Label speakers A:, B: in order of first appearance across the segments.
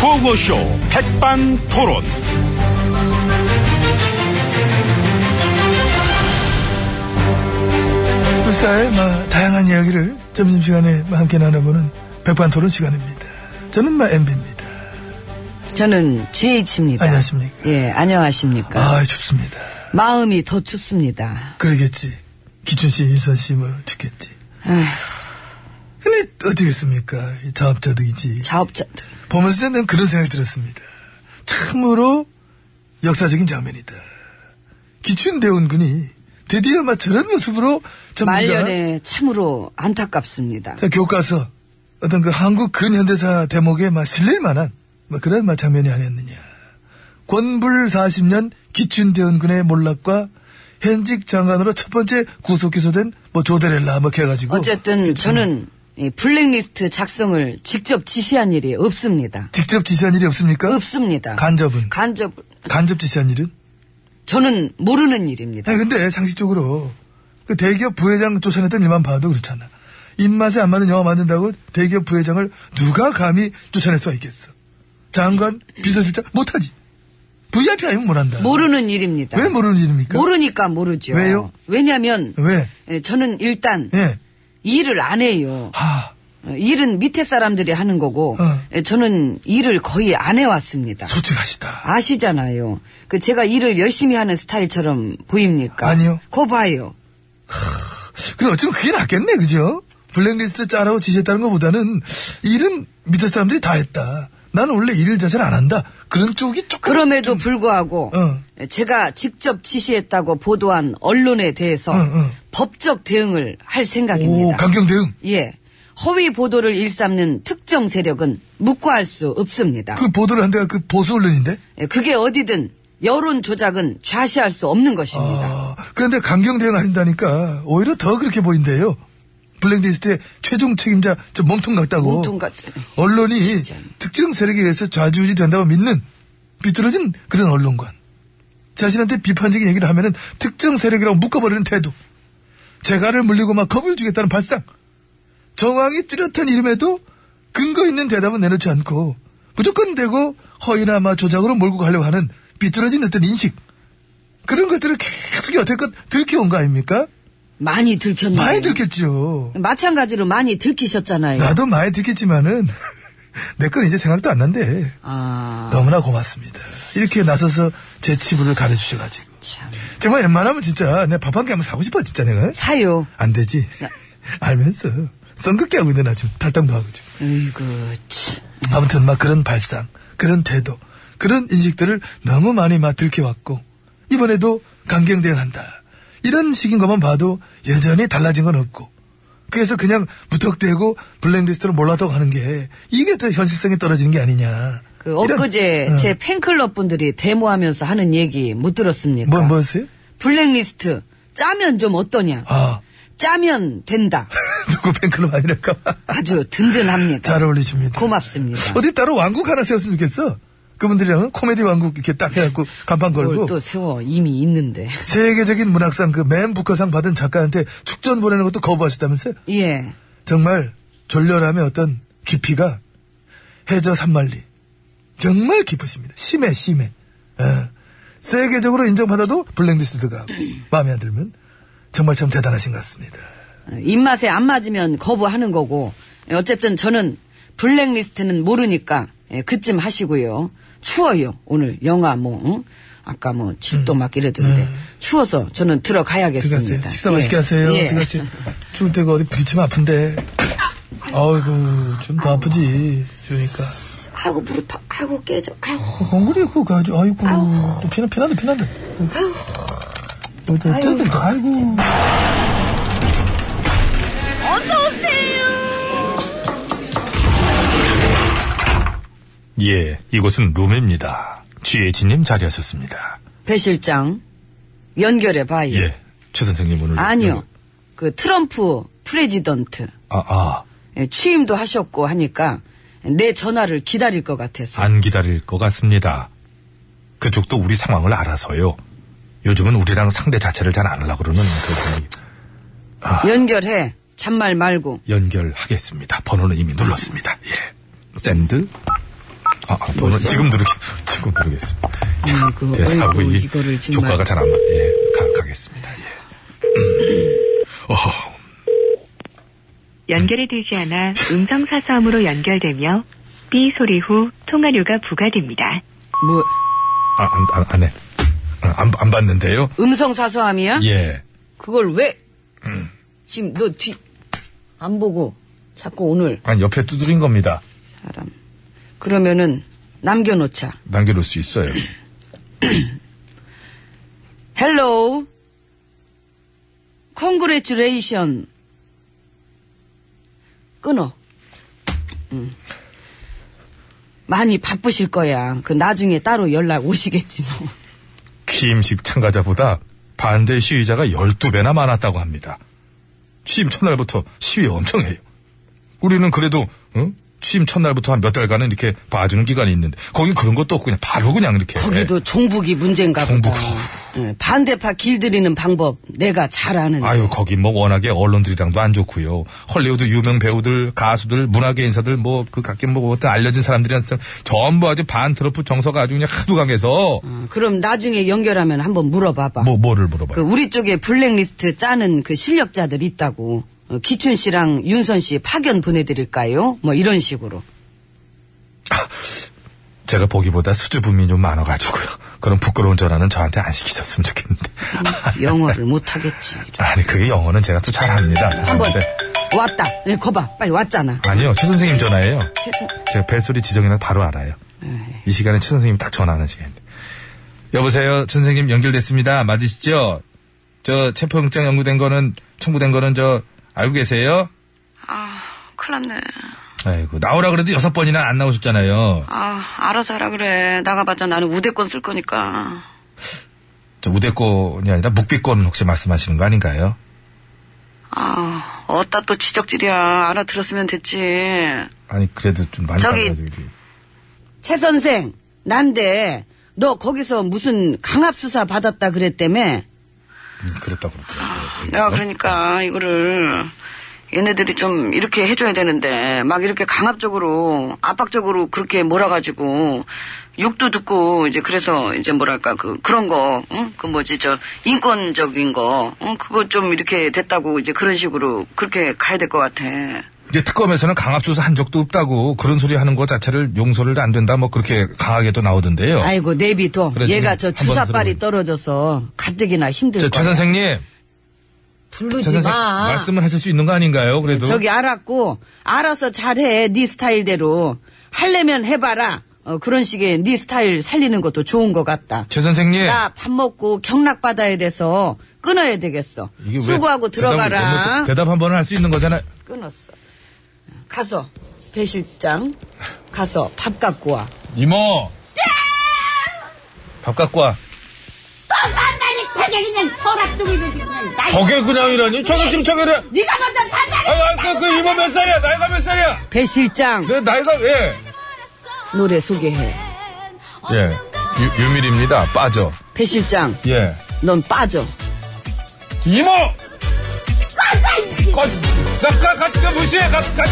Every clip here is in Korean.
A: 구호쇼 백반 토론.
B: 불사의 마, 다양한 이야기를 점심시간에 마, 함께 나눠보는 백반토론 시간입니다. 저는 마 엠비입니다.
C: 저는 GH입니다.
B: 안녕하십니까?
C: 예, 안녕하십니까.
B: 아 춥습니다.
C: 마음이 더 춥습니다.
B: 그러겠지. 기춘 씨, 윤선 씨 뭐 죽겠지. 근데 어떻겠습니까? 이 자업자득이지.
C: 자업자들.
B: 보면서 저는 그런 생각이 들었습니다. 참으로 역사적인 장면이다. 기춘 대원군이 드디어 막 저런 모습으로 전문가
C: 말년에 참으로 안타깝습니다.
B: 자, 교과서 어떤 그 한국 근현대사 대목에 막 실릴 만한 뭐 그런 막 장면이 아니었느냐. 권불 40년 기춘대원군의 몰락과 현직 장관으로 첫 번째 구속 기소된 뭐 조데렐라 뭐 이렇게 해가지고
C: 어쨌든 저는 이 블랙리스트 작성을 직접 지시한 일이 없습니다.
B: 직접 지시한 일이 없습니까?
C: 없습니다.
B: 그 간접은
C: 간접,
B: 간접 지시한 일은?
C: 저는 모르는 일입니다.
B: 아니 근데 상식적으로 그 대기업 부회장 쫓아냈던 일만 봐도 그렇잖아. 입맛에 안 맞는 영화 만든다고 대기업 부회장을 누가 감히 쫓아낼 수가 있겠어. 장관, 비서실장 못하지. VIP 아니면 못한다.
C: 모르는 일입니다.
B: 왜 모르는 일입니까?
C: 모르니까 모르죠.
B: 왜요?
C: 왜냐면,
B: 왜?
C: 예, 저는 일단,
B: 예.
C: 일을 안 해요.
B: 하,
C: 어, 일은 밑에 사람들이 하는 거고,
B: 어.
C: 예, 저는 일을 거의 안 해왔습니다.
B: 솔직하시다.
C: 아시잖아요. 그 제가 일을 열심히 하는 스타일처럼 보입니까?
B: 아니요.
C: 거 봐요.
B: 그래, 어쩌면 그게 낫겠네, 그죠? 블랙리스트 짜라고 지시했다는 것보다는 일은 밑에 사람들이 다 했다. 나는 원래 일 자체를 안 한다. 그런 쪽이 조금.
C: 그럼에도 불구하고
B: 어.
C: 제가 직접 지시했다고 보도한 언론에 대해서
B: 어, 어.
C: 법적 대응을 할 생각입니다.
B: 오, 강경 대응.
C: 예. 허위 보도를 일삼는 특정 세력은 묵과할 수 없습니다.
B: 그 보도를 한 데가 그 보수 언론인데?
C: 예, 그게 어디든 여론 조작은 좌시할 수 없는
B: 아,
C: 것입니다.
B: 그런데 강경 대응하신다니까 오히려 더 그렇게 보인대요. 블랙리스트의 최종 책임자 저 몸통 같다고.
C: 몸통 같-
B: 언론이
C: 진짜.
B: 특정 세력에 의해서 좌지우지 된다고 믿는 비뚤어진 그런 언론관. 자신한테 비판적인 얘기를 하면은 특정 세력이라고 묶어버리는 태도. 재갈을 물리고 막 겁을 주겠다는 발상. 정황이 뚜렷한 이름에도 근거 있는 대답은 내놓지 않고 무조건 대고 허위나 마 조작으로 몰고 가려고 하는 비뚤어진 어떤 인식. 그런 것들을 계속 여태껏 들켜온 거 아닙니까?
C: 많이 들켰나요?
B: 많이 들켰죠.
C: 마찬가지로 많이 들키셨잖아요.
B: 나도 많이 들켰지만은 내 건 이제 생각도 안 난대.
C: 아,
B: 너무나 고맙습니다. 이렇게 나서서 제 치부를 가려주셔가지고.
C: 참.
B: 정말 웬만하면 진짜 내가 밥 한 끼 한번 사고 싶어 진짜 내가.
C: 사요.
B: 안 되지. 알면서 썬긋게 하고 있네 나 지금 탈당도 하고 지금.
C: 으이구, 치.
B: 아무튼 막 그런 발상, 그런 태도, 그런 인식들을 너무 많이 막 들켜왔고 이번에도 강경 대응한다. 이런 식인 것만 봐도 여전히 달라진 건 없고 그래서 그냥 무턱대고 블랙리스트로 몰라도 가는 게 이게 더 현실성이 떨어지는 게 아니냐.
C: 그 엊그제
B: 어.
C: 제 팬클럽 분들이 데모하면서 하는 얘기 못 들었습니까?
B: 뭐 뭐였어요?
C: 블랙리스트 짜면 좀 어떠냐?
B: 아
C: 짜면 된다.
B: 누구 팬클럽 아니랄까 봐.
C: 아주 든든합니다.
B: 잘 어울리십니다.
C: 고맙습니다.
B: 어디 따로 왕국 하나 세웠으면 좋겠어. 그분들이랑은 코미디 왕국 이렇게 딱 해갖고 간판
C: 뭘
B: 걸고
C: 또 세워 이미 있는데.
B: 세계적인 문학상 그 맨 부커상 받은 작가한테 축전 보내는 것도 거부하셨다면서요?
C: 예.
B: 정말 졸렬함의 어떤 깊이가 해저 산만리 정말 깊으십니다. 심해 심해. 예. 세계적으로 인정받아도 블랙리스트가 하고 마음에 안 들면 정말 참 대단하신 것 같습니다.
C: 입맛에 안 맞으면 거부하는 거고. 어쨌든 저는 블랙리스트는 모르니까 예, 그쯤 하시고요. 추워요. 오늘 영화 뭐 응? 아까 뭐 집도 막 이러던데 추워서 저는
B: 음. 들어가세요.
C: 들어가야겠습니다.
B: 식사
C: 예.
B: 맛있게 하세요.
C: 예.
B: 들어가세요. 죽을 때가 어디 부딪히면 아픈데. 아이고 좀 더 아프지. 그러니까.
C: 아이고 무릎 아- 아이고 깨져 아이고
B: 안 그래 그거 가지고 아이고 피난 피난다 피난다. 뭐, 어때 어때 아이고.
A: 예, 이곳은 룸입니다. GH님 자리하셨습니다.
C: 배 실장 연결해 봐요
A: 예, 최 선생님 오늘.
C: 아니요
A: 여기-
C: 그 트럼프 프레지던트
A: 아, 아,
C: 예, 취임도 하셨고 하니까 내 전화를 기다릴 것 같아서
A: 안 기다릴 것 같습니다. 그쪽도 우리 상황을 알아서요. 요즘은 우리랑 상대 자체를 잘 안 하려고 그러는 그 아.
C: 연결해. 잔말 말고.
A: 연결하겠습니다. 번호는 이미 눌렀습니다. 예. 샌드. 아, 아, 번호 지금 누르 지금 누르겠습니다. 예,
C: 아이고,
A: 그 대사하고
C: 아이고,
A: 이
C: 이거를 정말.
A: 효과가 잘 안 맞. 예, 가, 가겠습니다. 예. 음. 어허.
D: 연결이 되지 않아 음성사서함으로 연결되며 B 소리 후 통화료가 부과됩니다.
C: 뭐,
A: 아, 안, 안, 안 해. 아, 안, 안 봤는데요.
C: 음성사서함이야?
A: 예. 음.
C: 그걸 왜? 지금 너 뒤, 안 보고, 자꾸 오늘,
A: 아니 옆에 두드린 겁니다.
C: 사람. 그러면은, 남겨놓자.
A: 남겨놓을 수 있어요.
C: 헬로우. 콩그레츄레이션. 끊어. 응. 많이 바쁘실 거야. 그 나중에 따로 연락 오시겠지 뭐.
A: 취임식 참가자보다 반대 시위자가 12배나 많았다고 합니다. 취임 첫날부터 시위 엄청 해요. 우리는 그래도 어? 취임 첫날부터 한 몇 달간은 이렇게 봐주는 기간이 있는데 거긴 그런 것도 없고 그냥 바로 그냥 이렇게
C: 거기도 종북이 문제인가
A: 네. 종북,
C: 보다.
A: 어휴.
C: 응, 반대파 길들이는 방법 내가 잘 아는데.
A: 아유 거긴 뭐 워낙에 언론들이랑도 안 좋고요. 헐리우드 유명 배우들, 가수들, 문화계 인사들 뭐 그 각계 뭐 어떤 알려진 사람들이랑 전부 아주 반 트럼프 정서가 아주 그냥 하도 강해서
C: 어, 그럼 나중에 연결하면 한번 물어봐봐.
A: 뭐 뭐를 물어봐요.
C: 그 우리 쪽에 블랙리스트 짜는 그 실력자들 있다고. 어, 기춘 씨랑 윤선 씨 파견 보내드릴까요? 뭐 이런 식으로.
A: 제가 보기보다 수줍음이 좀 많아가지고요. 그런 부끄러운 전화는 저한테 안 시키셨으면 좋겠는데.
C: 영어를 못하겠지. 네.
A: 아니, 그게 영어는 제가 또 잘합니다.
C: 한번
A: 잘하는데.
C: 왔다. 네, 거봐. 빨리 왔잖아.
A: 아니요, 최 선생님 전화예요.
C: 최선.
A: 제가 벨소리 지정이나 바로 알아요. 이 시간에 최 선생님 딱 전화하는 시간인데. 여보세요, 최 선생님 연결됐습니다. 맞으시죠? 저 체포영장 연구된 거는, 청구된 거는 저, 알고 계세요?
E: 아, 큰일 났네.
A: 아이고, 나오라 그래도 여섯 번이나 안 나오셨잖아요.
E: 아, 알아서 하라 그래. 나가봤자 나는 우대권 쓸 거니까.
A: 저 우대권이 아니라 묵비권 혹시 말씀하시는 거 아닌가요?
E: 아, 어따 또 지적질이야. 알아들었으면 됐지.
A: 아니, 그래도 좀 많이
E: 저기-
A: 빨라가지고.
C: 최 선생, 난데 너 거기서 무슨 강압 수사 받았다 그랬다며?
A: 음, 그렇다고 그러더라고요.
E: 내가 그러니까 이거를 얘네들이 좀 이렇게 해줘야 되는데 막 이렇게 강압적으로 압박적으로 그렇게 몰아가지고 욕도 듣고 이제 그래서 이제 뭐랄까 그 그런 거, 응? 그 뭐지 저 인권적인 거, 응? 그거 좀 이렇게 됐다고 이제 그런 식으로 그렇게 가야 될 것 같아.
A: 이제 특검에서는 강압수사 한 적도 없다고 그런 소리 하는 것 자체를 용서를 안 된다 뭐 그렇게 강하게 또 나오던데요.
C: 아이고 내비둬.
A: 그래,
C: 얘가 저
A: 지금
C: 주사빨이
A: 한번 들어보자.
C: 떨어져서 가뜩이나 힘들
A: 저,
C: 거야.
A: 최 선생님, 최
C: 부르지
A: 선생
C: 마.
A: 말씀을 하실 수 있는 거 아닌가요? 그래도
C: 저기 알았고 알아서 잘해 네 스타일대로 할래면 해봐라. 어, 그런 식의 네 스타일 살리는 것도 좋은 것 같다.
A: 최 선생님,
C: 나 밥 먹고 경락 받아야 돼서 끊어야 되겠어.
A: 이게 왜
C: 수고하고
A: 대답을
C: 들어가라.
A: 못- 대답 한 번은 할 수 있는 거잖아.
C: 끊었어. 가서 배실장 가서 밥 갖고 와.
A: 이모, 밥 갖고 와.
F: 반반이 저게 그냥 소락둥이를 그냥 나
A: 저게 그냥이라니? 저게 지금 저게래?
F: 네가 먼저 반반을
A: 아니, 아니, 그, 그 이모 몇 살이야? 나이가 몇 살이야?
C: 배실장
A: 내 나이가 예.
C: 노래 소개해.
A: 예, 유, 유밀입니다. 빠져.
C: 배실장
A: 예.
C: 넌 빠져.
A: 이모! 꺼져! 나, 가, 같이, 가, 무시해! 가, 같이!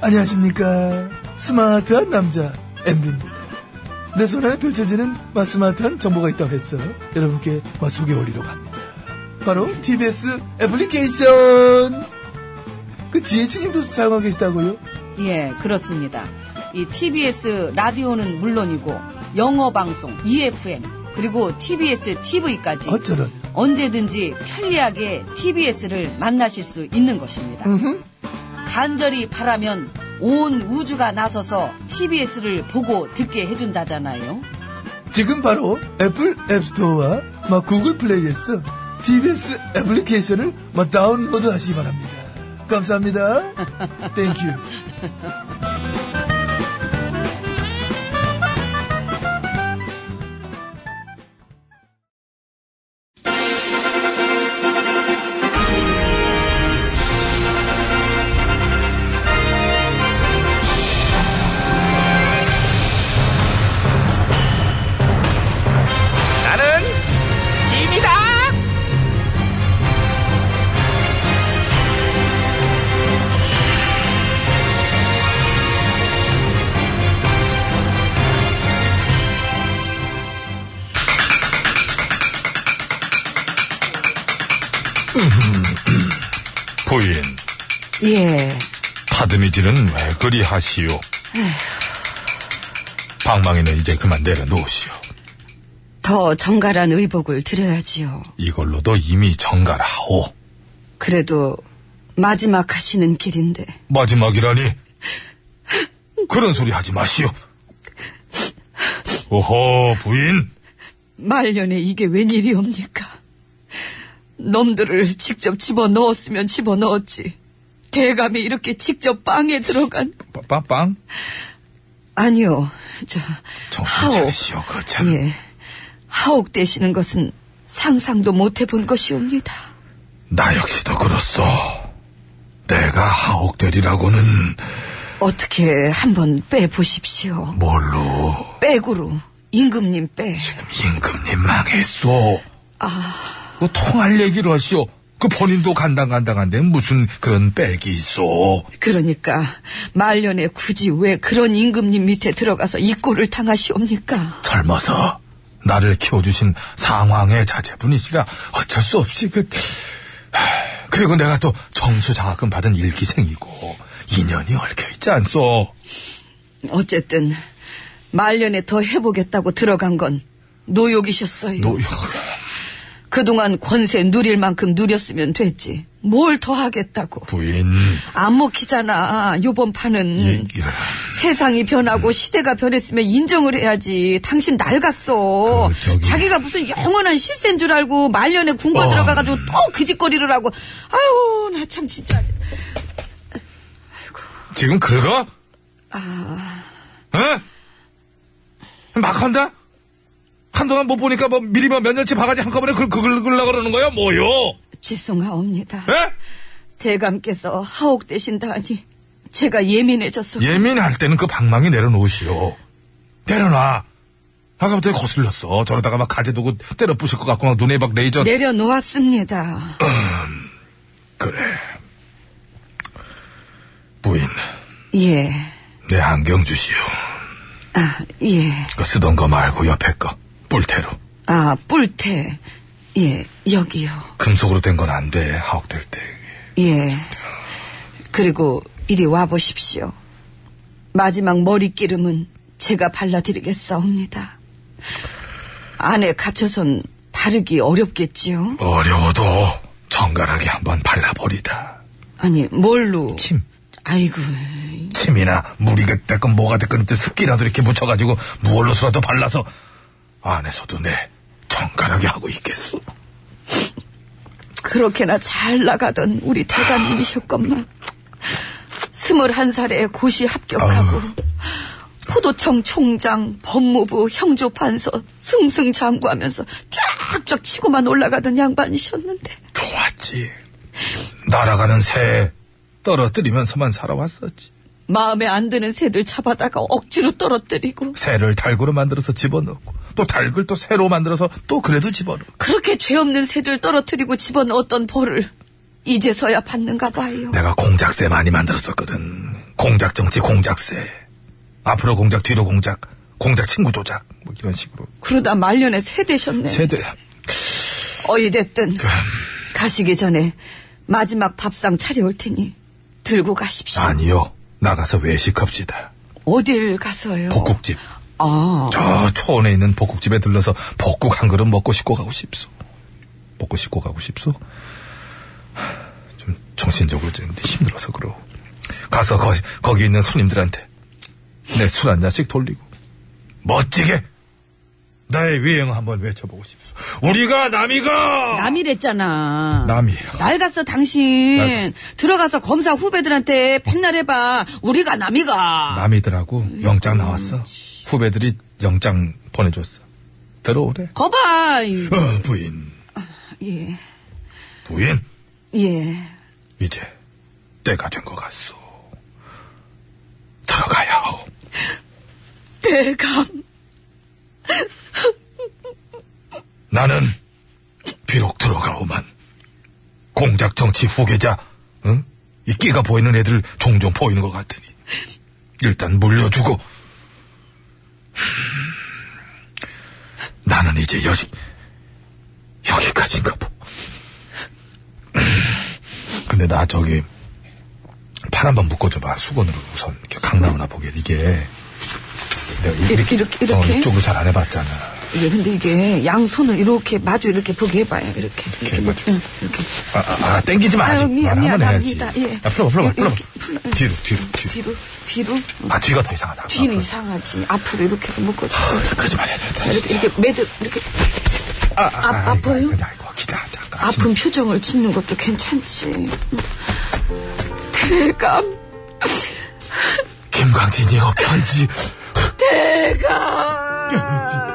B: 안녕하십니까. 스마트한 남자, MB입니다. 내 손안에 펼쳐지는 마 스마트한 정보가 있다고 해서 여러분께 마 소개해드리려고 합니다. 바로 TBS 애플리케이션! 그 지혜진님도 사용하고 계시다고요?
C: 예, 그렇습니다. 이 TBS 라디오는 물론이고 영어 방송 EFM 그리고 TBS TV까지
B: 어쩌면.
C: 언제든지 편리하게 TBS를 만나실 수 있는 것입니다.
B: 음흠.
C: 간절히 바라면 온 우주가 나서서 TBS를 보고 듣게 해준다잖아요.
B: 지금 바로 애플 앱스토어와 막 구글 플레이에서 TBS 애플리케이션을 막 다운로드 하시기 바랍니다. 감사합니다. 땡큐.
A: 부인,
C: 예.
A: 다듬이질은 왜 그리 하시오? 방망이는 이제 그만 내려놓으시오.
C: 더 정갈한 의복을 드려야지요.
A: 이걸로도 이미 정갈하오.
C: 그래도 마지막 하시는 길인데.
A: 마지막이라니. 그런 소리 하지 마시오. 오호, 부인.
C: 말년에 이게 웬일이옵니까? 놈들을 직접 집어 넣었으면 집어 넣었지. 대감이 이렇게 직접 빵에 들어간.
A: 빠- 빠- 빵?
C: 아니요, 저
A: 정신
C: 하옥.
A: 차리시오, 그 참.
C: 예, 하옥 되시는 것은 상상도 못 해본 것이옵니다.
A: 나 역시도 그렇소. 내가 하옥대리라고는
C: 어떻게 한번 빼 보십시오.
A: 뭘로
C: 백으로 임금님 빼.
A: 임금님 망했소. 아. 그 통할 얘기를 하시오. 그 본인도 간당간당한데 무슨 그런 빽이 있소.
C: 그러니까 말년에 굳이 왜 그런 임금님 밑에 들어가서 이 꼴을 당하시옵니까?
A: 젊어서 나를 키워주신 상황의 자제분이시라 어쩔 수 없이 그 하, 그리고 내가 또 정수 장학금 받은 일기생이고 인연이 얽혀 있지 않소.
C: 어쨌든 말년에 더 해보겠다고 들어간 건 노욕이셨어요.
A: 노
C: 그동안 권세 누릴 만큼 누렸으면 됐지. 뭘 더 하겠다고.
A: 부인
C: 안 먹히잖아. 요번 판은
A: 얘기를
C: 세상이
A: 예.
C: 변하고 시대가 변했으면 인정을 해야지. 당신 낡았어.
A: 그, 저기-
C: 자기가 무슨 영원한 실세인 줄 알고 말년에 군과
A: 어.
C: 들어가가지고 또 그짓거리를 하고. 아우 나 참 진짜.
A: 지금 긁어? 응? 어? 막 한다? 한동안 못 보니까 뭐 미리 몇 년치 바가지 한꺼번에 긁, 긁, 긁으려고 그러는 거야? 뭐요?
C: 죄송하옵니다.
A: 에?
C: 대감께서 하옥되신다 하니 제가 예민해져서
A: 예민할 때는 그 방망이 내려놓으시오. 내려놔. 아까부터 거슬렸어. 저러다가 막 가재 두고 때려 부실 것 같고 막 눈에 막 레이저.
C: 네. 내려놓았습니다.
A: 그래. 부인,
C: 예,
A: 내 안경 주시오.
C: 아, 예,
A: 그 쓰던 거 말고 옆에 거. 뿔테로.
C: 아, 뿔테. 예, 여기요.
A: 금속으로 된 건 안 돼. 하옥될 때.
C: 예. 그리고 이리 와 보십시오. 마지막 머리 기름은 제가 발라드리겠사옵니다. 안에 갇혀선 바르기 어렵겠지요?
A: 어려워도 정갈하게 한번 발라버리다.
C: 아니, 뭘로?
A: 침.
C: 아이고,
A: 침이나 물이 됐건 뭐가 됐건 이제 습기라도 이렇게 묻혀가지고 무얼로서라도 발라서 안에서도 내 정갈하게 하고 있겠소.
C: 그렇게나 잘 나가던 우리 대감님이셨건만. 스물한 살에 고시 합격하고, 포도청 총장, 법무부, 형조판서, 승승장구하면서 쫙쫙 치고만 올라가던 양반이셨는데.
A: 좋았지. 날아가는 새 떨어뜨리면서만 살아왔었지.
C: 마음에 안 드는 새들 잡아다가 억지로 떨어뜨리고
A: 새를 달구로 만들어서 집어넣고 또 달굴 또 새로 만들어서 또 그래도 집어넣고
C: 그렇게 죄 없는 새들 떨어뜨리고 집어넣었던 벌을 이제서야 받는가 봐요.
A: 내가 공작새 많이 만들었었거든. 공작 정치 공작새. 앞으로 공작 뒤로 공작 공작 친구 조작 뭐 이런 식으로
C: 그러다 말년에 새 되셨네.
A: 세대
C: 어이됐든 가시기 전에 마지막 밥상 차려올 테니 들고 가십시오.
A: 아니요. 나가서 외식합시다.
C: 어딜 가서요?
A: 볶국집.
C: 아,
A: 저 초원에 있는 볶국집에 들러서 볶국 한 그릇 먹고 씻고 가고 싶소. 먹고 씻고 가고 싶소. 좀 정신적으로 좀 힘들어서 그러. 가서 거, 거기 있는 손님들한테 내 술 한 잔씩 돌리고 멋지게 나의 위행 한번 외쳐보고 싶소. 우리가 남이가
C: 남이랬잖아.
A: 남이에요.
C: 낡았어 당신
A: 낡-
C: 들어가서 검사 후배들한테 팽날 해봐 우리가 남이가
A: 남이들하고 영장 나왔어. 후배들이 영장 보내줬어. 들어오래.
C: 거봐 이-
A: 어, 부인,
C: 예,
A: 부인.
C: 예.
A: 이제 때가 된 것 같소. 들어가야 하오.
C: 대감,
A: 나는 비록 들어가오만 공작 정치 후계자, 응? 이 끼가 보이는 애들 종종 보이는 것 같으니 일단 물려주고 나는 이제 여기 여기까지인가 보. 근데 나 저기 팔 한번 묶어줘봐 수건으로 우선 이렇게 강나오나 보게 이게 내가 이-
G: 이렇게, 이렇게,
A: 어,
G: 이렇게?
A: 이쪽으로 잘 안 해봤잖아
G: 이게 근데 이게 양손을 이렇게 마주 이렇게 보게 해봐요. 이렇게.
A: 이렇게 마주.
G: 응, 이렇게.
A: 아, 아, 아, 땡기지 마 아직
G: 아유, 미-
A: 말 한번 해야지
G: 미안합니다. 예.
A: 야, 풀어봐 풀어봐
G: 이렇게
A: 풀어봐
G: 풀어요. 예.
A: 뒤로 뒤로 뒤로
G: 뒤로, 뒤로. 응.
A: 아 뒤가 더 이상하다
G: 뒤는
A: 앞으로.
G: 이상하지. 앞으로 이렇게 해서 묶어줘.
A: 아, 그러지 말아야 된다
G: 이렇게, 이렇게 매듭, 이렇게
A: 아,
G: 아, 아파요?
A: 아이고, 아이고, 기자 잠깐
G: 아픈 표정을 짓는 것도 괜찮지. 음. 대감,
A: 어, 김광진이요 편지
G: 대감!